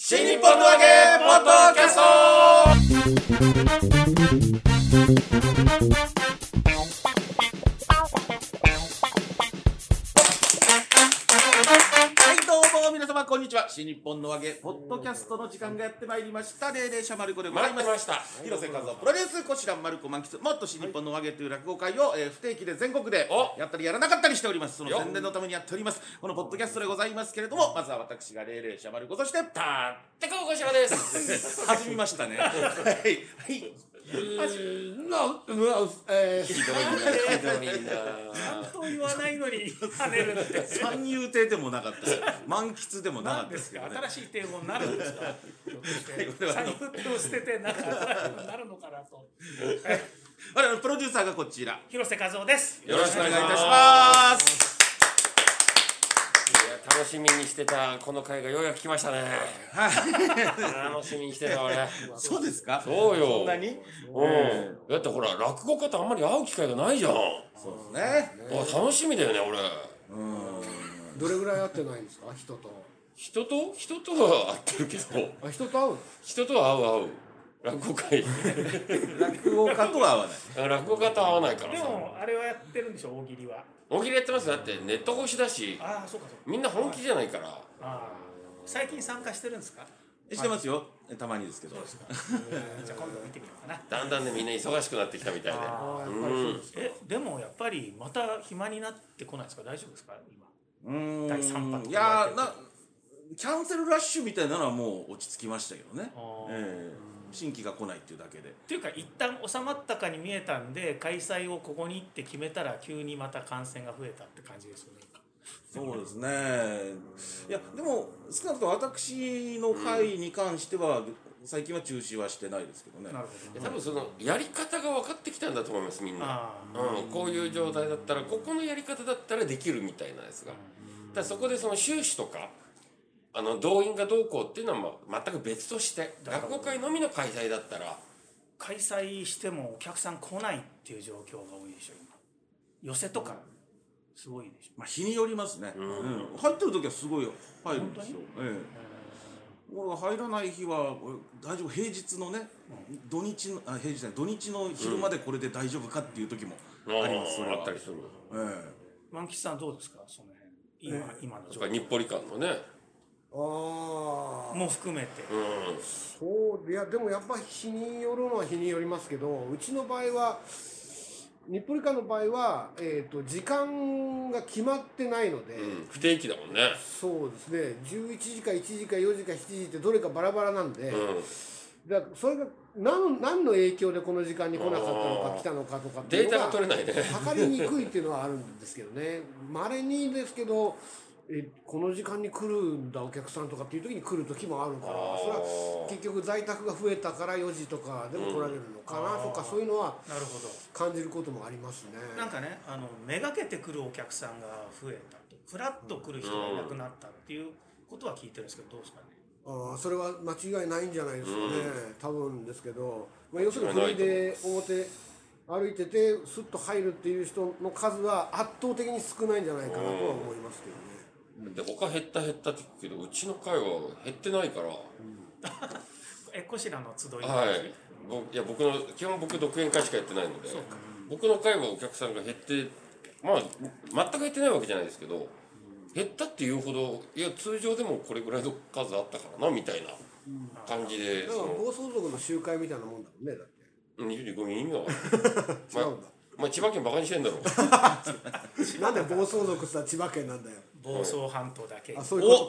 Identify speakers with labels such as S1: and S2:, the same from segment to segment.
S1: 新日本のわけポッドキャストはいどうも皆様こんにちは新日本のわけポッドキャストの時間がやってまいりましたデーデーシャマルコでございます
S2: 待ってました
S1: 広瀬和夫プロデュースこちらマルコ満喫もっと新日本のわげという落語会を、えー不定期で全国で
S2: お
S1: やったりやらなかったりしておりますその
S2: よ
S1: 宣伝のためにやっておりますこのポッドキャストでございますけれどもまずは私がレイレイシャマルコそして
S2: たってここしらです。
S1: 弾みましたねはいはい
S3: の、の、えー
S2: ひどいな、ひどいな。
S4: と言わないのに跳ねるって
S1: 三遊亭でもなかったし満喫でもなかっ
S4: 何
S1: たで
S4: ですす
S1: けど
S4: か
S1: ね
S4: 新しい帝語になるんですかひょっとして財布を捨ててなんかなるのかなと
S1: 我々のプロデューサーがこちら
S4: 広瀬和夫です
S2: よろしくお願いいたします
S1: ます
S2: いや楽しみにしてたこの回がようやく来ましたね。楽しみにしてた俺。
S1: そうですか
S2: そうよ。
S1: そんなに
S2: うん。だってほら落語家ってあんまり会う機会がないじゃん。あ
S1: そうですね
S2: 楽しみだよね俺。
S3: どれぐらい会ってないんですか、人と。
S2: 人と人とは会ってるけど、
S3: あ、人と会うの。
S2: 人とは会う会う。落語会
S1: 落語家とは合わない
S2: 落語家と会わないから
S4: で
S2: さ。
S4: もあれはやってるんでしょ大喜利は
S2: 大喜利やってますよだってネット越しだし、
S4: ああそうかそうか
S2: みんな本気じゃないから。
S4: あー最近参加してるんですか
S1: えしてますよえたまにですけど
S4: そうです かじゃあ今度見てみようかな
S2: だんだんねみんな忙しくなってきたみたいで。
S3: あー、やっぱりそううんで。すか。
S4: えでもやっぱりまた暇になってこないですか大丈夫ですか今
S1: うーん
S4: 第三波と
S1: い
S4: か
S1: やーなキャンセルラッシュみたいなのはもう落ち着きましたけどね
S4: あー、
S1: ええ新規が来ないっていうだけで
S4: っていうか一旦収まったかに見えたんで開催をここにって決めたら急にまた感染が増えたって感じですよね
S1: そうですねいやでも少なくとも私の会に関しては、最近は中止はしてないですけどね
S4: なるほど
S2: 多
S4: ね
S2: 分そのやり方が分かってきたんだと思いますみんな、
S4: ああ
S2: うん、こういう状態だったらここのやり方だったらできるみたいなやつがだからそこでその収支とかあの動員がどうこうっていうのはまあ全く別として
S4: だから
S2: 落語会のみの開催だったら
S4: 開催してもお客さん来ないっていう状況が多いでしょ今寄せとかすごいでしょ
S1: まあ日によりますね、
S2: ん
S1: うん入ってる時はすごい入るんですよ
S4: 本、
S1: ええ、俺が入らない日はえ大丈夫平日のね、土日のあ平日じゃない土日の昼までこれで大丈夫かっていう時もあります、それは
S2: あったりする
S1: ええ
S4: 満吉さんどうですかその辺今,、今の
S2: と
S4: 状
S2: か日
S4: 況
S2: 暮里館のね
S3: ああ。
S4: も含めて、
S2: う
S3: そう、いや、でも、やっぱ日によるのは日によりますけど、うちの場合は。日暮里館の場合は、えっ、と、時間が決まってないので。
S2: ん、うん、不定期だもんね
S3: そうですね11時か1時か4時か7時ってどれかバラバラなんで、
S2: う
S3: だからそれが何何の影響でこの時間に来なかったのか来たのかとかっ
S2: ん
S3: て
S2: デ
S3: いう
S2: ー
S3: の
S2: タ
S3: が
S2: が取れないね
S3: 測りにくいっていうのはあるんですけどねまれにですけどえこの時間に来るんだお客さんとかっていう時に来る時もあるから
S2: あー
S3: それは結局在宅が増えたから4時とかでも来られるのかなとか、そういうのは
S4: なるほど
S3: 感じることもありますね。
S4: なんかねあのめがけてくるお客さんが増えたとフラッと来る人がいなくなったっていうことは聞いてるんですけどどうですかね
S3: あーそれは間違いないんじゃないですかね、多分ですけど、まあ、要するに
S2: 間違い
S3: 国
S2: ないと思
S3: で表歩いててスッと入るっていう人の数は圧倒的に少ないんじゃないかなとは思いますけどね。
S2: で他減った減ったって言うけどうちの会は減ってないから、
S4: えこしらの集いの話
S2: はい。僕いや僕の基本僕独演会しかやってないので、僕の会はお客さんが減って、まあ全く減ってないわけじゃないですけど、減ったっていうほどいや通常でもこれぐらいの数あったからなみたいな感じで、
S3: だか
S2: そ
S3: ら
S2: の
S3: 暴走族の集会みたいなもんだもんねだって
S2: 25人意味がわか
S3: 違
S2: んない。
S3: うんだ、
S2: まあ千葉県バカにしてんだろ。
S3: なんで暴走族さ千葉県なんだよ
S4: 房総半島だけに
S3: あそういうこ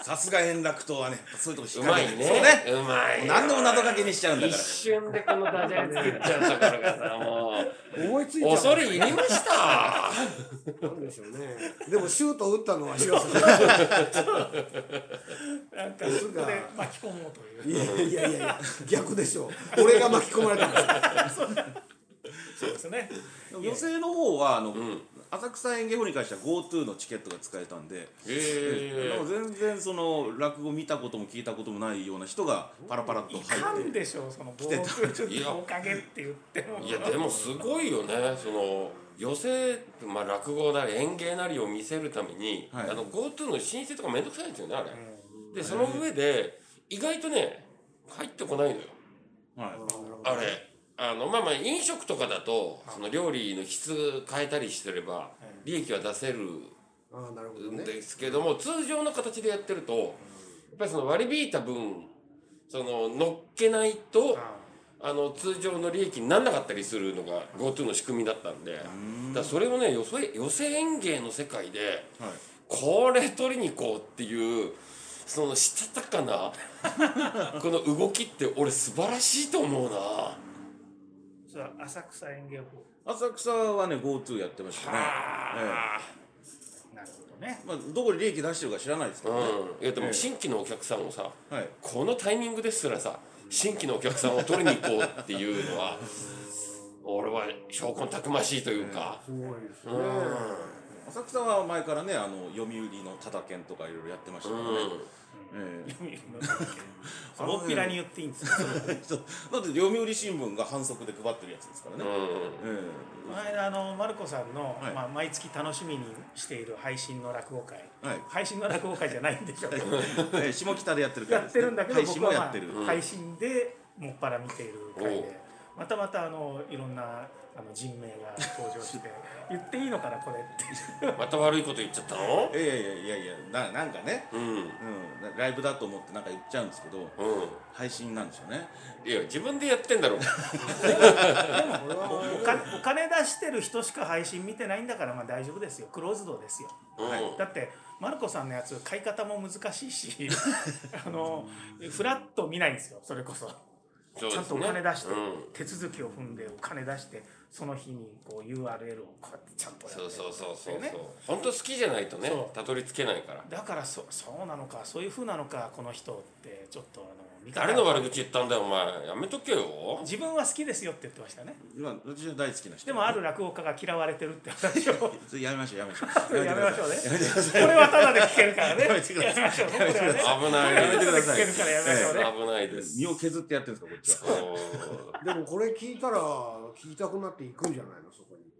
S1: おさすが円楽党はねそういうとこ引
S2: う
S1: っか
S2: ま
S1: け
S2: い
S1: る
S2: ね。
S1: そうね
S2: うまい。
S1: 何でも謎かけにしちゃうんだか
S2: 一
S1: ら
S2: 瞬でこのダジャレ作っちゃうところが さもう
S3: と思いついちゃう
S2: 恐れ入りました。
S3: なんでしょうねでもシュートを打ったのは広瀬
S4: なんか
S3: す
S4: そ
S3: が
S4: こで巻き込もうという
S3: いやいやいやいや逆でしょ俺が巻き込まれたんですよ
S4: そうですね
S1: 予選の方はあの、
S2: ん
S1: 浅草演芸法に関しては GoTo のチケットが使えたんで、
S2: え
S1: なんか全然その落語見たことも聞いたこともないような人がパラパラっと
S4: い
S1: 入
S4: か
S1: っ
S4: ん
S1: て
S4: でしょうその防空
S2: いや
S4: のおかげって言っても
S2: いやでもすごいよねその寄席、まあ、落語なり演芸なりを見せるために、
S1: はい
S2: あの GoTo の申請とかめんどくさいんですよねあれ、でその上で意外とね入ってこないのよ
S1: はい
S2: あれあのまあまあ飲食とかだとその料理の質変えたりしてれば利益は出せる
S3: ああなるほど
S2: ん
S3: ね
S2: ですけども通常の形でやってるとやっぱりその割り引いた分その乗っけないと
S4: あ
S2: あの通常の利益にならなかったりするのが GoTo の仕組みだったんでだからそれをね寄せ寄せ園芸の世界で
S1: はい
S2: これ取りに行こうっていうそのしたたか なこの動きって俺素晴らしいと思うな。
S4: それは浅草園芸法
S1: 浅草はね GoTo やってましたね
S2: あ
S4: なるほどね
S1: まあどこで利益出してるか知らないですけどね
S2: うん、いやで
S1: え
S2: も
S1: え
S2: 新規のお客さんをさ
S1: はい
S2: このタイミングですらさ新規のお客さんを取りに行こうっていうのは俺は証拠たくましいというか、
S3: すごいですね
S1: 浅草は前からねあの読売のタダ券とかいろいろやってました
S2: う
S1: か
S2: ん
S1: らね、え え
S4: その大っぴらに言っていいんですよ
S1: そうだって読売新聞が反則で配ってるやつですからね、
S2: うん
S1: え
S4: この間あのマルコさんの、
S1: はい
S4: まあ、毎月楽しみにしている配信の落語会、
S1: はい
S4: 配信の落語会じゃないんでしょうけど
S1: えええ下北でやってるから
S4: やってるんだけど
S1: 配信
S4: 僕は
S1: も
S4: まあ
S1: やってる、
S4: 配信でもっぱら見ている回
S2: おう
S4: でまたまたあのいろんなあの人名が登場して 言っていいのかなこれって
S2: また悪いこと言っちゃったの
S1: いやいやいやいやななんかね、
S2: うんう
S1: う
S2: ん
S1: んな、ライブだと思ってなんか言っちゃうんですけど配信なんでしょうね
S2: いや自分でやってんだろう
S4: お金お金出してる人しか配信見てないんだからまあ大丈夫ですよクローズドですよ
S2: うん
S4: だってマルコさんのやつ買い方も難しいし あのフラッと見ないんですよそれこ
S2: そ
S4: そ
S2: うですね
S4: ちゃんとお金出して、
S2: うん
S4: 手続きを踏んでお金出してその日にこう URL をこうやってちゃんとやって
S2: そうそうそうそうそう、
S4: ね
S2: 本当好きじゃないとね
S4: そう
S2: たどり着けないから
S4: だからそそうなのかそういうふうなのかこの人ってちょっとあの見方が
S2: 誰の悪口言ったんだよお前やめとけよ
S4: 自分は好きですよって言ってましたね
S1: 今私は大好きな人
S4: でもある落語家が嫌われてるって話を
S1: それやめましょうやめましょう
S4: やめましょうね
S1: やめてください
S4: これはただで聞けるからねや
S1: めてください
S4: めましょうこれはね
S2: 危
S4: こ
S2: な
S4: れ
S2: い
S4: はただで聞けるからやめましょうね
S2: 危ないです
S1: 身を削ってやってるんですかこっちは
S2: そう
S3: でもこれ聞いたら聞きたくなっていくんじゃないのそこに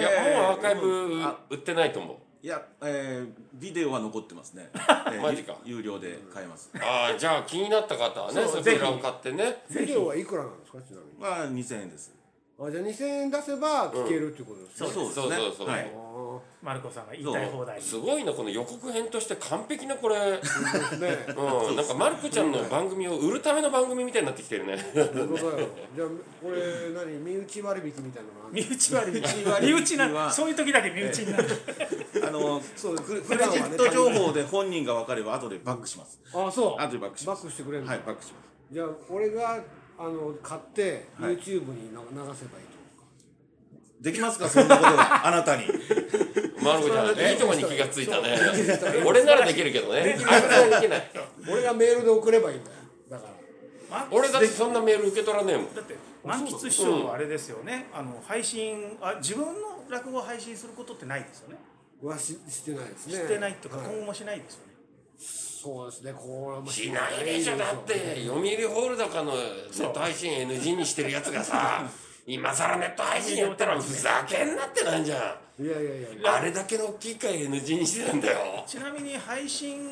S2: いや、
S1: ええ
S2: もうアーカイブ
S1: あ
S2: 売ってないと思う。
S1: いや、えー、ビデオは残ってます ね、えー
S2: マジか
S1: 有料で買えます
S2: ああ、じゃあ気になった方はね、
S4: そう
S2: そちらを買ってね。
S3: ビデオはいくらなんですかちなみに
S1: まあ2000円です
S3: あじゃあ2000円出せば聞けるってことですね、
S1: そうですね
S2: そうそうそう
S1: は
S3: あ
S1: い、
S3: ー
S4: マルコさんが言いたい放題
S2: すごいな、この予告編として完璧なこれ。う
S3: そうですね
S2: ん、なんかマルコちゃんの番組を売るための番組みたいになってきてるね。
S3: そういうことだよじゃあこれ何身内割引みたいなのがある
S4: 身内割
S1: 身内割引
S4: 引身
S1: は
S4: 内なそういう時だけ身内になる
S1: あの
S3: そう
S1: クレク
S3: 普
S1: レジ
S3: 段はね
S1: ット情報で本人が分かれば後でバックします、
S3: あそう
S1: 後でバックし
S3: バ
S1: ま
S3: ッ
S1: す
S3: クしてくれるの
S1: はいバックします
S3: じゃあ俺があの買って
S1: はい
S3: YouTube にな流せばいいと
S1: できますかそんなことがあなたに
S2: マルコちゃん、いいとこに気がついたね。俺ならできるけどね。あんたはできない。
S3: 俺がメールで送ればいいんだよだから
S4: 満
S2: 俺だってそんなメール受け取らねえもん。
S4: だって満喫師匠はあれですよね、あの配信あ自分の落語を配信することってないですよね
S3: はししてないですね
S4: してないっていうか、
S3: は
S4: 今後もしないですよね
S3: そうですねこれはもう
S2: しないでしょ、だって、読売ホールとかのネット配信 NG にしてるやつがさ、今更ネット配信やったらふざけんなってなんじゃん。
S3: いやいやいや
S2: あれだけの大きい回 NG にしてたんだよ。
S4: ちなみに配信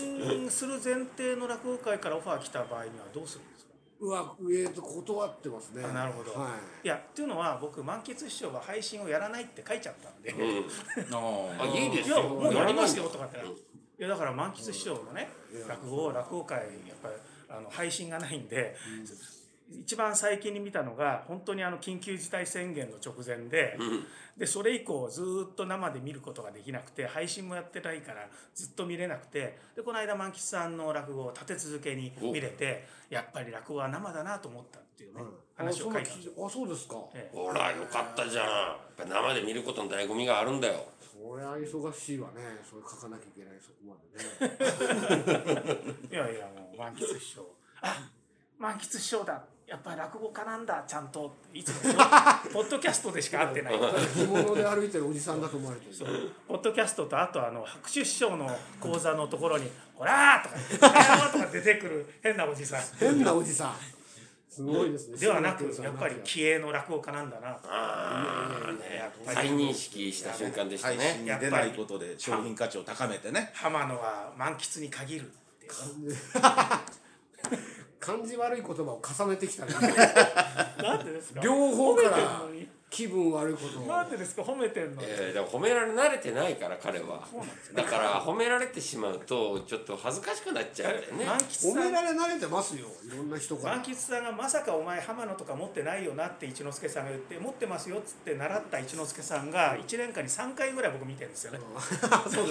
S4: する前提の落語会からオファー来た場合にはどうするんですか
S3: うわえー、と断ってますね
S4: なるほど、、
S3: はい
S4: やっていうのは僕満喫師匠が配信をやらないって書いちゃったんで、い
S2: あ、いいです
S4: や
S2: よ。
S4: もうやりますよと
S2: か。
S4: かってなるいやだから満喫師匠のね落語落語会やっぱりあの配信がないんで、一番最近に見たのが本当にあの緊急事態宣言の直前で,、でそれ以降ずーっと生で見ることができなくて配信もやってないからずっと見れなくてでこの間満喫さんの落語を立て続けに見れてやっぱり落語は生だなと思ったっていうね、
S3: あ
S4: 話を書
S3: そ
S4: いうてあ
S3: なん
S4: るんです
S3: です
S4: よ
S3: あそうですか
S4: え
S2: ほら、よかったじゃん。やっぱ生で見ることの醍醐味があるんだよ。
S3: そりゃ忙しいわねそれ書かなきゃいけないそこま でね
S4: いやいやもう満喫師匠あ満喫師匠だやっぱり落語家なんだちゃんといつも ポッドキャストでしか会ってない
S3: 着物で歩いてるおじさんだと思われてる
S4: ポッドキャストとあとあの白手師匠の講座のところに「ほら!」とか「ほら!」とか出てくる変なおじさん
S3: 変なおじさんすごいですね
S4: ではなく
S3: 知ら
S4: やっ
S3: な
S4: ぱ
S3: け
S4: り
S3: れば
S4: 気鋭の落語家なんだなと
S2: ああ、ね、再認識した瞬間でした
S1: 配信
S2: ね。
S1: に出ないことで商品価値を高めてね
S4: 浜野は満喫に限るっていう
S3: 感じ悪い言葉を重ねてきたね
S4: なんでですか
S3: 両方か
S4: 褒めてん
S3: ら
S4: のに
S3: 気分悪いことを
S4: なんでですか褒めてんのに、
S2: えー、でも褒められ慣れてないから彼は
S4: そうなんですよ
S2: だから褒められてしまうとちょっと恥ずかしくなっちゃうんだよね
S4: 満喫
S3: 褒
S4: さ
S3: め
S4: ん
S3: られ慣れてますよいろんな人から
S4: 満喫さんがまさかお前浜野とか持ってないよなって一之輔さんが言って持ってますよっつって習った一之輔さんが1年間に3回ぐらい僕見てるんですよね。
S2: 浜
S4: そ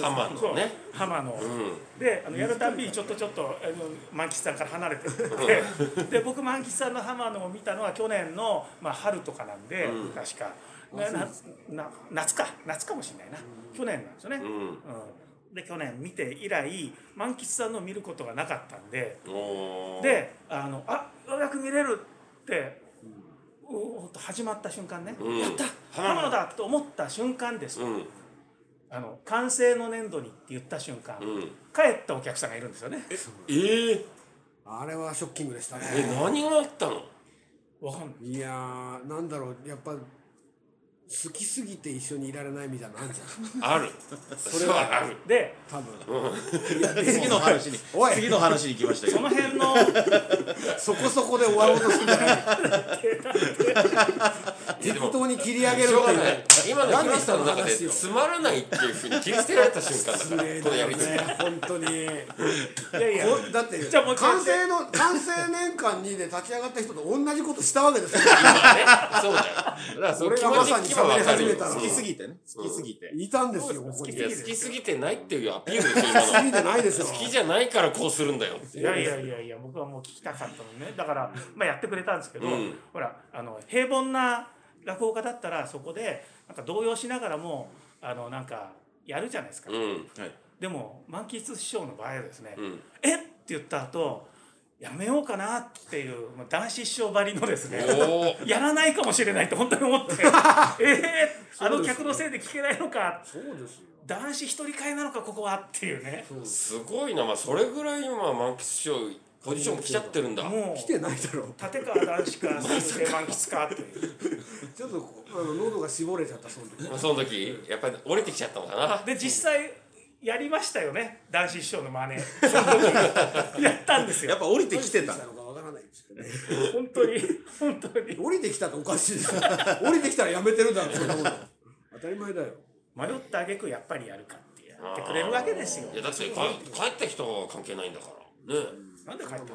S2: の
S4: う
S2: ね
S4: 浜野、
S2: う
S4: であのやるたんびにちょっとちょっとあの満喫さんから離れてってで僕満喫さんの浜野を見たのは去年の、まあ、春とかなんで、確かななな夏か夏かもしれないな、去年なんですよね。
S2: ん
S4: うんで去年見て以来満喫さんの見ることがなかったんで。
S2: うんおー
S4: で「あのあようやく見れる」って、うおーっと始まった瞬間ね「
S2: うん
S4: やった浜野だ!」と思った瞬間です、
S2: うん
S4: あの完成の年度にって言った瞬間、
S2: うん
S4: 帰ったお客さんがいるんですよね
S2: えー、
S3: あれはショッキングでしたね
S2: え何があったの
S4: わかんない
S3: いやーなんだろうやっぱ好きすぎて一緒にいられないみたいなのあんじゃん
S2: あるそれはある
S4: で
S3: 多分
S1: 次の話に
S3: おい
S1: 次の話に行きましたけ
S4: そ
S1: ど
S4: の辺 の
S3: そこそこで終わろうとするんじゃない適当に切り上げる
S2: し
S3: っ
S2: ょうが
S3: てい
S2: な
S3: う
S2: い今の広瀬さんの中で
S3: 何でそ
S2: つまらないっていうふうに切り捨てられた瞬間
S3: 失
S2: だから
S3: 礼
S2: この
S3: だ
S2: や
S3: よ
S2: り
S3: ね
S2: 口
S3: 本当に
S4: いやいや
S3: こうだって
S4: じゃあもう一回や
S3: 完
S4: って
S3: 成の完成年間にで立ち上がった人と同じことしたわけですよ
S2: 今ねそうだよだからその気
S3: 俺がまさ
S2: 持
S3: に
S2: ち今分かる
S3: 喋り
S2: よ
S3: 始めたら
S1: 好
S2: うん
S1: きすぎてね好きすぎて
S3: いたんですよここに
S2: いや
S3: 好
S2: 好きすぎてないっていうアピールですよ今の
S3: きじゃないでしょ
S2: 好きじゃないからこうするんだよって
S4: い
S2: いう
S4: やいやいやいや僕はもう聞きたかったもんねだから、まあ、やってくれたんですけど、
S2: うん
S4: ほらあの平凡な落語家だったらそこでなんか動揺しながらもあのなんかやるじゃないですか、
S2: うん
S1: はい
S4: でも満喫師匠の場合はですね、
S2: うん
S4: えっって言った後やめようかなっていうまあ男子師匠ばりのですね
S2: おお
S4: やらないかもしれないって本当に思ってええあの客のせいで聞けないのか
S3: そうですよ
S4: 男子一人会なのかここはっていうね
S2: すごいなまあそれぐらい今満喫師匠ポジション来ちゃってるんだ
S4: も
S3: 来
S4: う
S3: てないだろう
S4: 立川男子かそれで満喫かっていう
S3: ちょっとこうあの喉が絞れちゃったその時
S2: まあその時やっぱり折れてきちゃったのかな
S4: で実際やりましたよね男子師匠の真似その時やったんです
S1: や
S4: よ
S1: っぱ降りてきてた
S3: どうしてきのかわからないですけどね
S4: 本当に本当に
S3: 降りてきたっておかしいですよ降りてきたらやめてるだろそんなこと当たり前だよ
S4: 迷った挙句やっぱりやるかってやってくれるわけですよ
S2: いやだってか帰った人は関係ないんだからね
S4: なんで帰ったの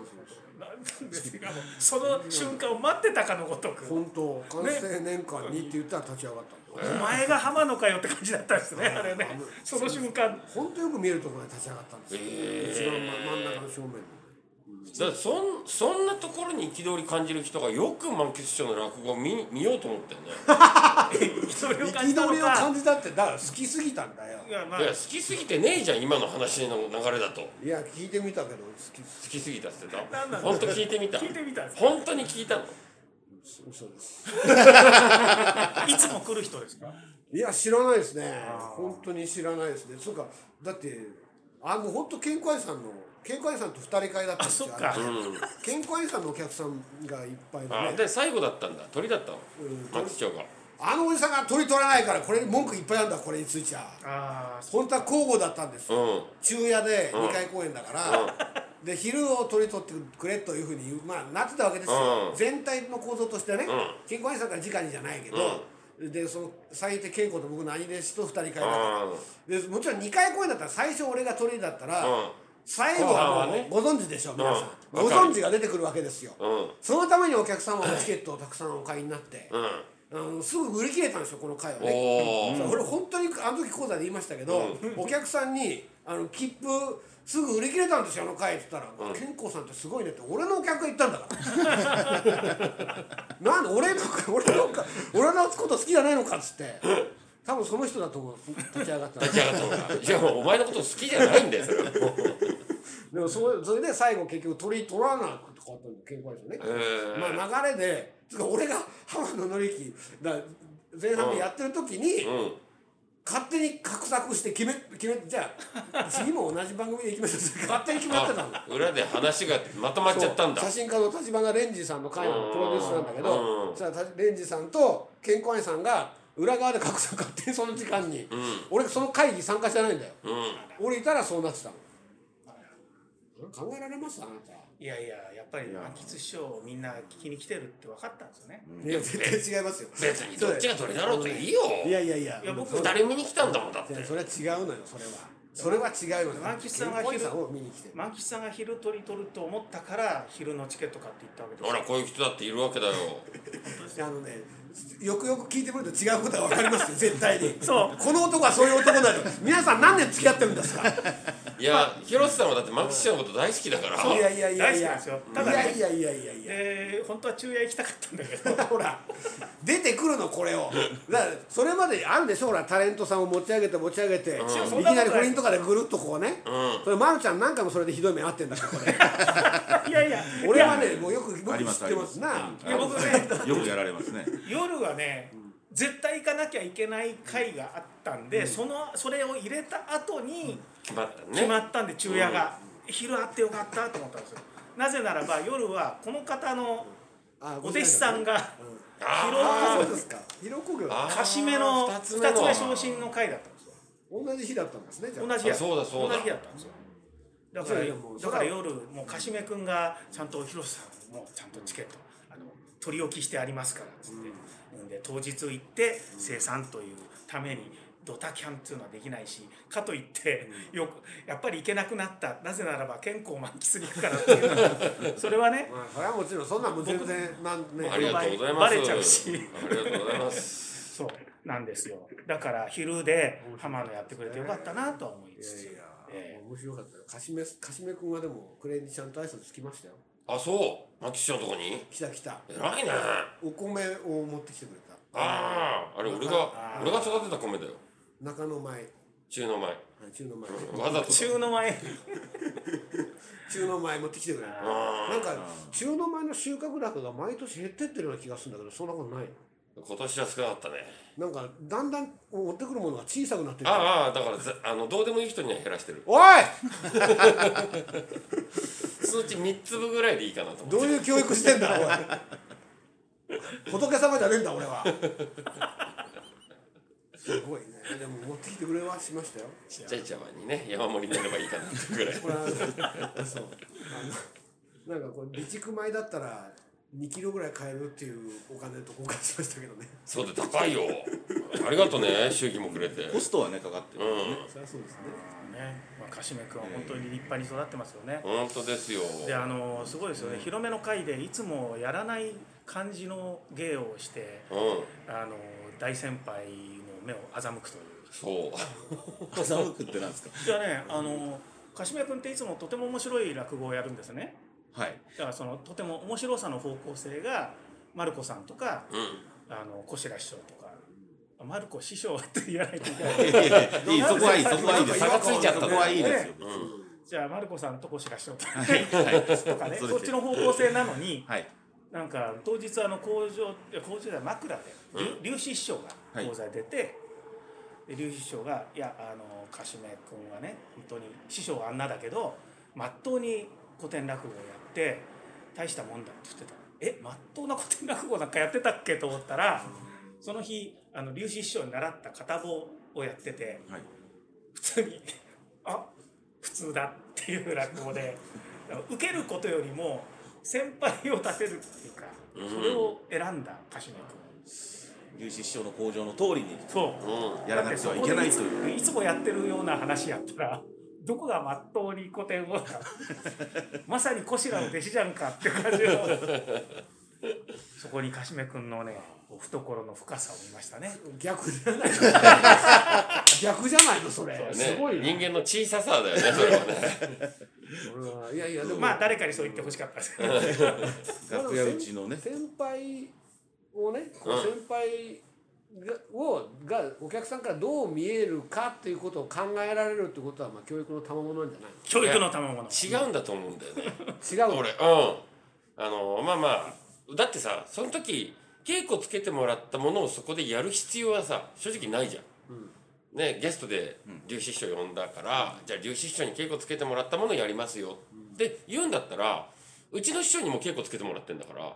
S4: なんですがその瞬間を待ってたかのごとく
S3: 本当完成年間にって言ったら立ち上がったんだよ
S4: お前が浜野かよって感じだったんですねあれねその瞬間
S3: 本当よく見えるところに立ち上がったんですよ、
S2: へ
S3: 一番真真ん中の正面に
S2: だからそんそんなところに憤り感じる人がよく満喫師匠の落語を見見ようと思ったよね
S4: それを感じた
S3: 憤
S4: の
S3: りを感
S4: か
S3: じたってだから好きすぎたんだよ
S4: いやまあ
S2: いや好きすぎてねえじゃん今の話の流れだと好
S3: いや聞いてみたけど好き
S2: きすぎたって言ってた
S4: なんなんだ
S2: 本当聞いてみた
S4: 聞いてみたんです
S2: 本当に聞いたの
S3: 嘘です
S4: いつも来る人ですか
S3: いや知らないですね本当に知らないですねそうかだってあもう本当健康愛さんの健康愛さんと二人会だったんですよ
S4: あそっか
S3: あれ
S2: うん
S3: 健康愛さんのお客さんがいっぱい
S2: あ
S3: でね
S2: で最後だったんだ鳥だったの
S3: うん
S2: 松市長が
S3: あのおじさんが取り取らないからこれに文句いっぱいあるんだこれについちゃ
S4: ああ
S3: 本当は交互だったんです
S2: う
S3: よ、
S2: ん
S3: 昼夜で2回公演だから、で昼を取り取ってくれというふうに言うまあなってたわけですよ、
S2: うん
S3: 全体の構造としてね、
S2: ん
S3: 健康愛さんから直にじゃないけど、でその最低健康と僕の兄弟子と2人会だから、でもちろん2回公演だったら最初俺が取りだったら、
S2: うん
S3: 最後
S2: 後
S3: は
S2: 半
S3: も
S2: は
S3: う
S2: ね
S3: ご存知でしょう皆さん、
S2: うん
S3: ご
S2: わかる
S3: 存知が出てくるわけですよ、
S2: うんうん
S3: そのためにお客様はチケットをたくさんお買いになって、
S2: うん
S3: あのすぐ売り切れたんですよこの会は
S2: お
S3: ね
S2: ー
S3: そう俺本当にあの時講座で言いましたけど、お客さんにあの切符すぐ売り切れたんですよあの会って言ったら「健康さんってすごいね」って俺のお客が言ったんだから なんで俺の俺の俺のこと好きじゃないのかっつって多分その人だと思う立ち上がった
S2: 立ち上がったのがいやもうお前のこと好きじゃないん だよそれはもう
S3: でもそうそれで最後結局取り取らなかったんで健康ですよね、
S2: へー
S3: まあ流れでつうか俺が浜野紀之だから前半でやってる時に、
S2: うん
S3: 勝手に画策して決め決めじゃあ次も同じ番組で行きましょう って勝手に決まってたの
S2: あ裏で話がまとまっちゃったんだ
S3: そう写真家の立花蓮司さんの会のプロデュースなんだけ
S2: う
S3: ど
S2: ん
S3: じゃあ蓮司さんと健康院さんが裏側で画策勝手にその時間に、俺その会議参加してないんだよ
S2: うん
S3: 俺いたらそうなってたの考えられますあなた
S4: いやいややっぱり満喫師匠をみんな聞きに来てるって分かったんですよね、
S3: いや絶対違いますよ
S2: 別にどっちがどれだろうといいよ
S3: いやいやいや
S4: いや僕
S3: それ
S2: 二人見に来たんだもんだっ
S3: い
S2: て
S3: やそれは違うのよそれはそれは違うよ
S4: マーキスさんが
S3: 健康さんを見に来てる
S4: 満喫さんが昼取り取ると思ったから昼のチケット買っていったわけです
S2: ほらこういう人だっているわけだよ
S3: あのねよくよく聞いてみると違うことは分かりますよ絶対に
S4: そう
S3: この男はそういう男なの皆さん何年付き合ってるんですか
S2: いや広瀬さんはだってマキシさんのこと大好きだから
S3: いやいやいや
S4: 大好
S3: い
S4: きなん
S3: や
S4: ですよ
S3: い
S4: ただ
S3: や
S4: ね
S3: いやいやいやいや
S4: で本当は昼夜行きたかったんだけど
S3: ほら出てくるのこれをだからそれまであるでしょほらタレントさんを持ち上げて持ち上げて、
S4: ん
S3: いきなり不倫とかでぐるっとこうね、
S2: う
S3: それまるちゃんなんかもそれでひどい目あってんだからこれ
S4: いやいや
S3: 俺はねもうよく
S1: あ
S3: 僕
S1: り
S3: 知
S1: ま
S3: っ
S1: す
S3: てますな
S4: ありますいや僕
S1: ねよくやられますね
S4: 夜はね、絶対行かなきゃいけない会があったんで、そのそれを入れた後に
S2: 決まったね
S4: 決まったんで昼夜が、昼あってよかったと思ったんですよなぜならば夜はこの方の
S3: あ
S4: お弟子さんが
S2: あ
S3: あ
S4: 広
S3: そうですか広告業
S2: あー
S4: かしめの
S2: 二
S4: 2
S2: つ
S4: つ
S2: 目
S4: 目
S2: の
S4: 昇進の会だったんですよ
S3: 同じ日だったんですねじゃあ
S4: 同じ日だ
S2: あそうだそうだ
S4: 同じ日だったんですよだから
S3: いやいやもう
S4: だから夜もうかしめ君がちゃんと広瀬さんもちゃんとチケットあの取り置きしてありますからっつって、うん、で当日行って生産というためにドタキャンっていうのはできないしかといってよくやっぱり行けなくなったなぜならば健康を満喫に行くからっていうのは それはね
S3: まあそれはもちろんそんなんも全然なんね
S2: ありがとうございます
S4: バレちゃうし
S2: ありがとうございます
S4: そうなんですよだから昼で浜野やってくれてよかったなとは思い
S3: い
S4: つ
S3: や
S4: つ
S3: いや、
S4: え
S3: 面白かったよかしめかしめ君はでもクレーンにちゃんと挨拶つきましたよ
S2: あそうマキシのとこに
S3: 来た来た
S2: 偉いね
S3: お米を持ってきてくれた
S2: あああれ俺が
S4: あー
S2: 俺が育てた米だよ
S3: 中の前
S2: 中の前
S3: はい中の前
S2: わざとだ
S4: 中の前
S3: 中の前持ってきてくれた
S2: あ
S3: なんか中の前の収穫高が毎年減ってってるような気がするんだけどそんなことない
S2: ー今年は少なかったね
S3: なんかだんだん持ってくるものが小さくなってる
S2: あーあーだからぜあのどうでもいい人には減らしてる
S3: おい
S2: 数値3粒ぐらいでいいかなと思
S3: どう
S2: って
S3: いう教育してんだおい仏様じゃねえんだ俺はすごいねでも持ってきてくれはしましたよ
S2: ちっちゃい茶碗にね山盛りになればいいかなってぐらい
S3: これはそうあのなんかこれ備蓄米だったら2キロぐらい買えるっていうお金と交換しましたけどね
S2: そうで高いよありがとね祝儀もくれて
S1: コストはねかかって
S2: う
S1: る
S2: ん
S3: そりゃそうですね
S4: ね、まあ、かしめ君は本当に立派に育ってますよね。
S2: 本当ですよ
S4: で、あのすごいですよね。広めの会でいつもやらない感じの芸をして、
S2: うん
S4: あの大先輩の目を欺くという。
S2: そう
S1: 欺くってなんですか
S4: じゃあね、あのかしめ君っていつもとても面白い落語をやるんですね。
S1: はい
S4: だからそのとても面白さの方向性がマルコさんとか、あの小白師匠とか。マルコ師匠って言わないといけ ない。
S1: いやいやいいそこはいいそこはいいです
S2: 差がついちゃった
S1: そこはいいですよ
S4: じゃあマルコさんと小白師匠とか
S1: はいはい
S4: とか
S1: そ
S4: ね、
S1: うです
S4: そっちの方向性なのに、
S1: はい
S4: なんか当日あの工場いや工場じゃない枕でりゅ龍志師匠が
S1: はい
S4: 講座に出て、で龍志師匠が「いやあのかしめ君はね本当に師匠はあんなだけどまっとうに古典落語をやって大したもんだ」って言ってた「えまっとうな古典落語なんかやってたっけ?」と思ったらその日あの龍志師匠に習った片棒をやってて
S1: はい
S4: 普通に「あ普通だ」っていう落語で受けることよりも先輩を立てるっていうかそれを選んだ鹿島君
S1: 有志師匠の工場の通りに
S4: そう
S2: う
S1: やらなくてはいけないと
S4: だってそこ
S1: いう
S4: でいつもやってるような話やったらどこがまっとうに古典 をまさに小白の弟子じゃんかって感じのそこに鹿島君のね懐の深さを見ましたね
S3: 逆じゃない逆じゃないのそれ
S2: ん
S3: すごい
S2: ね
S3: な
S2: 人間の小ささだよねそれはね
S3: 俺はいやいやでも
S4: まあ誰かにそう言ってほしかったですね
S1: 楽屋うちのね
S3: 先輩をねこう先輩が,、をがお客さんからどう見えるかっていうことを考えられるってことはまあ教育の賜物なんじゃ
S4: 教育の賜物
S2: 違うんだと思うんだよね
S3: ない違う
S2: 俺うんあのまあまあだってさその時稽古つけてもらったものをそこでやる必要はさ正直ないじゃん、ねゲストで龍師匠呼んだから、じゃあ龍師匠に稽古つけてもらったものをやりますよって言うんだったらうちの師匠にも稽古つけてもらってんだから、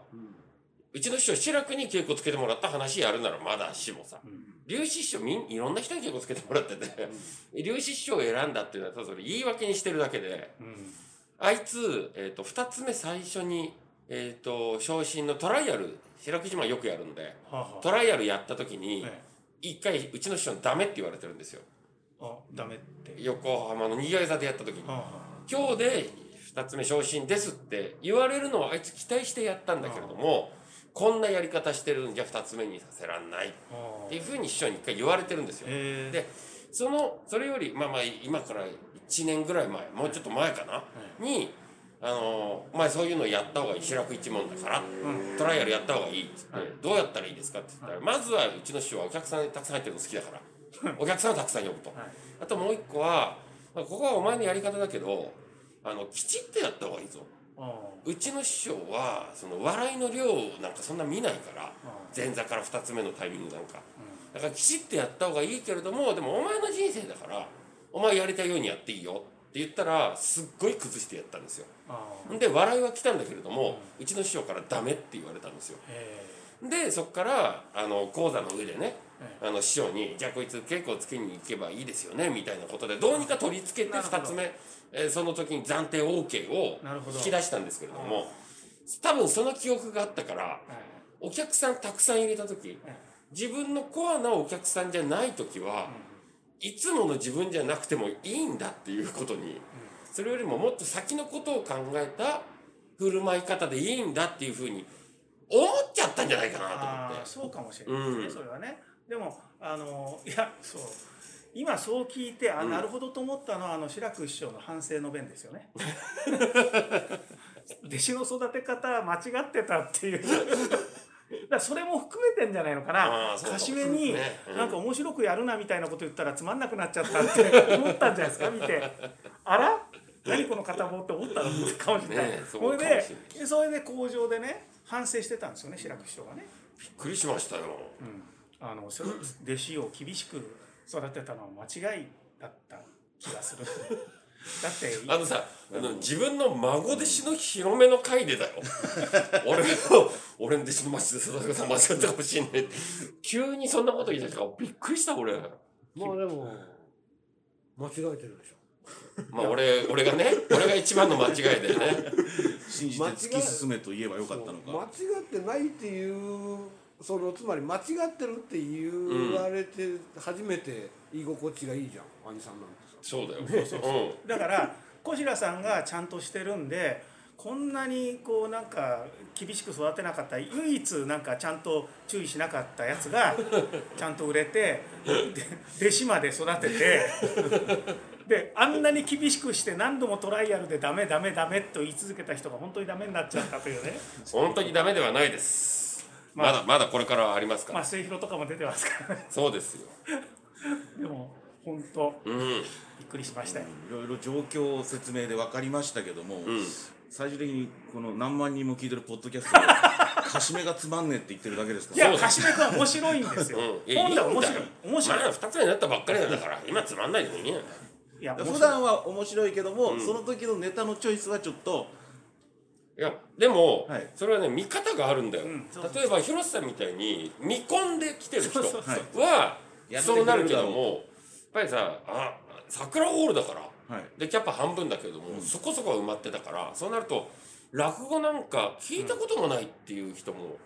S2: うちの師匠志らくに稽古つけてもらった話やるならまだしもさ龍師匠みんいろんな人に稽古つ けてもらってて龍師匠を選んだっていうのはただそれ言い訳にしてるだけで。
S4: うん
S2: あいつ、えっ、と、二つ目最初に、えっ、と、昇進のトライアル、白木島よくやるんで、
S4: はあは
S2: トライアルやった時に、
S4: え
S2: 一回、うちの師匠にダメって言われてるんですよ。
S4: ああダメって
S2: 横浜の新谷座でやった時に。
S4: はあは
S2: 今日で2つ目昇進ですって言われるのをあいつ期待してやったんだけれどもこんなやり方してるんじゃ2つ目にさせらんないっ
S4: あはあ
S2: ていうふうに師匠に一回言われてるんですよ。
S4: えー
S2: でそのそれよりまあまあ今から1年ぐらい前もうちょっと前かなに「あのお前そういうのやった方がいい白く一問だからトライアルやった方がいい」っつって「どうやったらいいですか?」って言ったらまずはうちの師匠はお客さんたくさん入ってるの好きだから お客さんをたくさん呼ぶと。あともう一個は、まあここはお前のやり方だけど、あの、きちっとやった方がいいぞ。
S4: ああ
S2: うちの師匠は、その笑いの量なんかそんな見ないから、前座から二つ目のタイミングなんか。だからきちっとやった方がいいけれども、でもお前の人生だから、お前やりたいようにやっていいよって言ったら、すっごい崩してやったんですよ。
S4: ああ
S2: で、笑いは来たんだけれども、うちの師匠からダメって言われたんですよ。
S4: え
S2: でそこからあの講座の上でね、
S4: え
S2: あの師匠に「じゃあこいつ稽古をつけに行けばいいですよね」みたいなことでどうにか取り付けて
S4: なるほど
S2: 2つ目、えーその時に暫定 OK を
S4: なるほど
S2: 引き出したんですけれども多分その記憶があったから
S4: えはい
S2: お客さんたくさん入れた時
S4: え
S2: 自分のコアなお客さんじゃない時は、いつもの自分じゃなくてもいいんだっていうことに、それよりももっと先のことを考えた振る舞い方でいいんだっていうふうに思っちゃったんじゃないかなと
S4: あ
S2: 思
S4: あ
S2: って。
S4: そうかもしれないですね、
S2: うん
S4: それはねでもあのいやそう今そう聞いてあ、
S2: うん
S4: なるほどと思ったのはあの志らく師匠の反省の弁で すよね弟子の育て方間違ってたっていうだからそれも含めてんじゃないのかな
S2: あーそうかも
S4: しめに、
S2: ねうん
S4: なんか面白くやるなみたいなこと言ったらつまんなくなっちゃったって思ったんじゃないですか見てあら何この片棒って思ったのかもしれない、
S2: ねそう
S4: それ
S2: かもし
S4: でそれで工場でね反省してたんですよね志らく師匠がね、
S2: びっくりしましたよ。
S4: あのそ弟子を厳しく育てたのは間違いだった気がするだって
S2: あのさ、あの自分の孫弟子の広めの会でだよ。俺の、俺の弟子の町で佐々木さん間違ったかもしれない。急にそんなこと言い出したからびっくりした俺。
S3: まあでも間違えてるでし
S2: まあ俺、俺がね、俺が一番の間違いだよね。
S1: 信じて突き進めと言えばよ
S3: ょ
S1: かったの
S3: 間違
S1: か
S3: ってないっていうそのつまり間違ってるって言われて初めて居心地がいいじゃん兄さんなんてさ
S2: そうだよ。うん。
S4: だから小白さんがちゃんとしてるんでこんなにこうなんか厳しく育てなかった唯一なんかちゃんと注意しなかったやつがちゃんと売れてで弟子まで育ててであんなに厳しくして何度もトライアルでダメダメダメと言い続けた人が本当にダメになっちゃったというね。
S2: 本当にダメではないです。まだまだこれからはありますか
S4: まあ
S2: ら。
S4: 末広とかも出てますからね
S2: そうですよ。
S4: でも本当
S2: うん。
S4: びっくりしましたよ、
S1: いろいろ状況説明で分かりましたけども、
S2: ん
S1: 最終的にこの何万人も聞いてるポッドキャストでかしめがつまんねえって言ってるだけですか
S4: い
S1: ら
S4: やかしめ君は面白いんですよ、
S2: うん。
S4: 本来
S2: いいん
S4: 面
S2: だ
S4: 白い
S2: よ
S4: 面白い、
S2: まだ二つ目になったばっかりなんだから、今つまんないでもいいね。
S4: いや面白い
S1: 普段は面白いけども、その時のネタのチョイスはちょっと
S2: いやでも、
S1: はい
S2: それはね見方があるんだよ、
S4: んそうそう
S2: 例えば広瀬さんみたいに見込んできてる人は
S4: そうそうそ
S1: やってくれ
S2: そう
S1: る
S2: な
S1: だろう
S2: るけどもやっぱりさあ桜ホールだから、
S1: はい
S2: でキャパ半分だけれども、そこそこは埋まってたからそうなると落語なんか聞いたこともないっていう人も、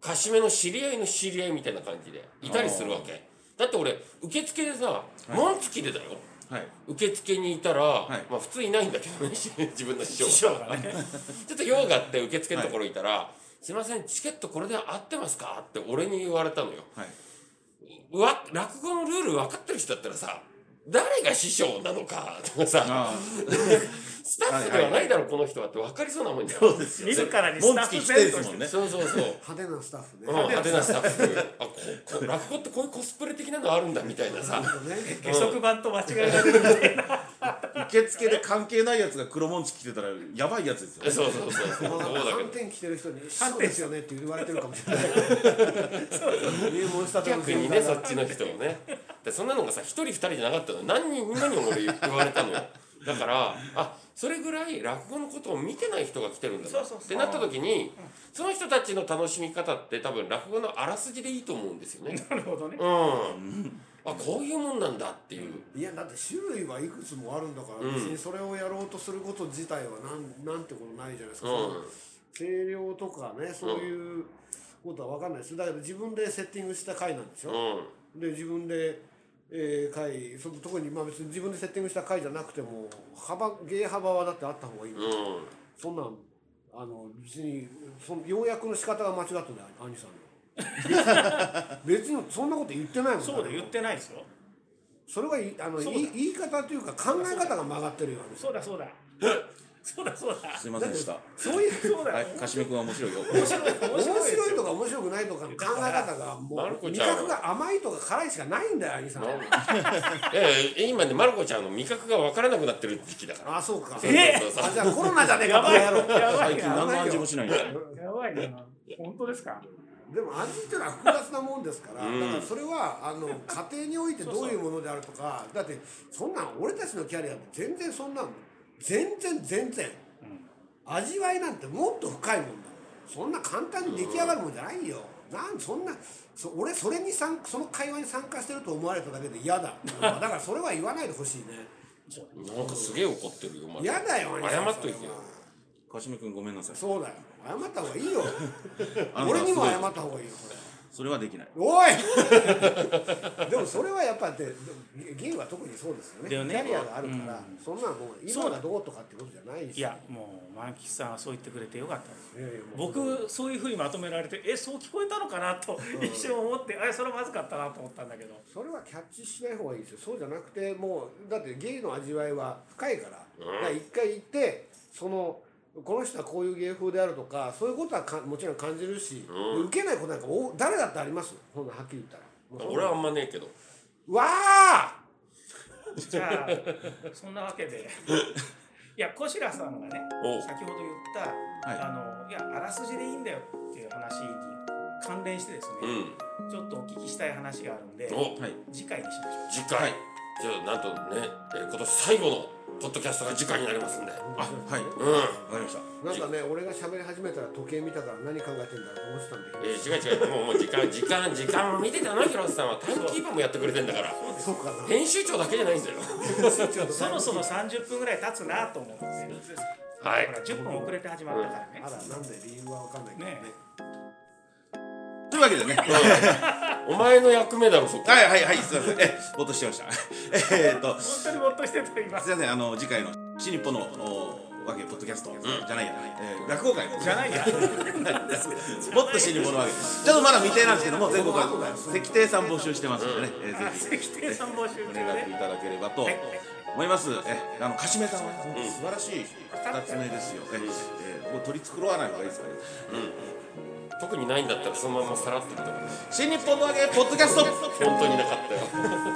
S2: かしめの知り合いの知り合いみたいな感じでいたりするわけだって俺受付でさ紋付きでだよ、
S1: はい
S2: 受付にいたら、
S1: い
S2: まあ普通いないんだけどね 自分の師匠
S4: 師匠がね
S2: ちょっと用があって受付のところいたら、すいません、チケットこれで合ってますかって俺に言われたのよ。
S1: はいう
S2: わ、落語のルール分かってる人だったらさ、誰が師匠なのかとかさ、
S1: あ
S2: スタッフではないだろ、この人はって分かりそうなもんじゃん。
S1: あです
S4: 見るからに
S1: モ
S4: ス
S1: ン
S4: タ
S1: ツキ
S4: ッフ
S1: 来て
S4: 全
S1: で
S4: と
S1: す
S4: し
S1: も
S4: て
S1: んね
S2: そうそうそう。
S3: 派手なスタッフね
S2: うん、派手なスタッフ。 あ、ここ落語ってこういうコスプレ的なのあるんだみたいなさ。
S3: ね
S4: 下足版と間違えられるみたいな
S1: 受付で関係ないやつが黒モンツキ来てたらやばいやつですよ
S2: そうそうそうそう。そうだけど
S3: 反転着てる人に「そうですよね」って言われてるかもしれない入門した時
S2: 逆にねそっちの人をねでそんなのがさ一人二人じゃなかったの何人何にも俺言われたのよだからあそれぐらい落語のことを見てない人が来てるんだな
S4: そうそうそう
S2: ってなった時にその人たちの楽しみ方って多分落語のあらすじでいいと思うんですよね
S4: なるほどね
S2: うんあこういうもんなんだっていう、
S3: いやだって種類はいくつもあるんだから、
S2: うん
S3: 別にそれをやろうとすること自体はなんなんてことないじゃないです
S2: う
S3: か、
S2: ん
S3: その声量とかねそういうことは分かんないですだけど自分でセッティングした回なんでしょ、
S2: うん
S3: で自分で、えー、回その特にまあ別に自分でセッティングした回じゃなくても幅芸幅はだってあった方がいい、
S2: うん
S3: そんなんあの別にその要約の仕方が間違ってない兄さんの 別にそんなこと言ってないもんね
S4: そうで言ってないですよ
S3: それはいあの
S4: そう
S3: い
S4: だ
S3: 言い方というか考え方が曲がってるよね
S4: そうだそうだそうだそうだ
S1: すいませんでした
S3: そういう
S4: そうだ
S1: は
S4: よ
S1: いかしみくんは面白いよ
S4: 面白い面
S3: 面
S4: 白いですよ
S3: 白いとか面白くないとかの考え方が
S2: マル
S3: もう
S2: コ
S3: 味
S2: ちゃん
S3: 覚が甘いとか辛いしかないんだよ兄さん
S2: なるほどいやいや今ねまる子ちゃんの味覚が分からなくなってる時期だから
S3: ああそうか
S2: え
S3: あじゃあコロナじゃねえ
S4: や
S3: か
S4: ばい
S3: やろ
S4: やば
S1: 最
S4: い
S1: 近
S4: な
S1: 何の味もしないんだよ
S4: やばいな本当ですか
S3: でも味っていうのは複雑なもんですから、
S2: うん
S3: だからそれはあの家庭においてどういうものであるとかだってそんなん俺たちのキャリアって全然そんなん全然全然、味わいなんてもっと深いもんだそんな簡単に出来上がるもんじゃないよ、なんそんなそ俺それに参その会話に参加してると思われただけで嫌だだからそれは言わないでほしいね
S2: なんかすげえ怒ってるよまだ
S3: 嫌だよ兄さん
S2: 謝っといてよ
S1: かしみくんごめんなさい
S3: それはそうだよ謝った方がいいよ
S1: あなた
S3: 俺にも
S1: す
S3: 謝
S1: ごい
S3: った方がいいよそれ
S1: それはできない
S3: おい でもそれはやっぱで議員は特にそうですよね
S4: だよね
S3: キャリアがあるから、
S4: う
S3: そんなもう今がどうとかってことじゃないし
S4: いやもう満喫さんはそう言ってくれてよかったです
S3: いやいやもう
S4: 僕そういうふうにまとめられてえそう聞こえたのかなと一瞬思ってあれそれまずかったなと思ったんだけど
S3: それはキャッチしない方がいいですよそうじゃなくてもうだって芸の味わいは深いから
S2: うん
S3: だから一回行ってそのこの人はこういう芸風であるとかそういうことはかもちろん感じるし、
S2: うん
S3: 受けないことなんかお誰だってありますよそんなはっきり言ったらもうそんな
S2: 俺はあんまねえけど
S3: わあ
S4: じゃあそんなわけでいや小白さんがね
S2: おう
S4: 先ほど言った、
S1: はい
S4: あのいやあらすじでいいんだよっていう話に関連してです
S2: う
S4: ね、
S2: ん
S4: ちょっとお聞きしたい話があるんで
S2: お
S1: はい
S4: 次回にしましょ
S2: 次回じゃあなんとね、えー今年最後のポッドキャストが次回になりますんで
S1: あはい
S2: うん
S1: わかりました
S3: なんかね俺が喋り始めたら時計見たから何考えてんだろうと思ってたんだけど
S2: えー、違う違うもうもう時間時間時間を見てたな広瀬さんはタイムキーパーもやってくれてんだから
S3: そうかな。
S2: 編集長だけじゃないんだよ
S4: うそろそろ30分ぐらい経つなと思って、
S2: はい
S4: ほら10分遅れて始まったからね、
S3: あら、なんで理由はわかんないけどね。
S4: ね
S1: というわけでね
S2: お前の役目だろそこ
S1: はいはいはいすいませんえぼーっとしてましたえーっと
S4: 本当にぼっとし てた今
S1: すいませんあの次回の新日本のおわけポッドキャスト、じゃないや、えー、落語会の
S4: じゃ ないや
S1: ですもっと新日本のわけですちょっとまだ未定なんですけども全国は石亭さん募集してますんでね、えー、ぜ
S4: 関亭さん募
S1: ひ
S4: 集
S1: お
S4: 中
S1: 願いい
S4: ね
S1: ただければと思いますえあのかしめさんはね素晴らしい二つ目ですよ、ええー、もう取り繕わない方がいいですかね
S2: 特にないんだったらそのままさらってくる
S1: 新日本のわけポッドキャスト
S2: 本当になかったよ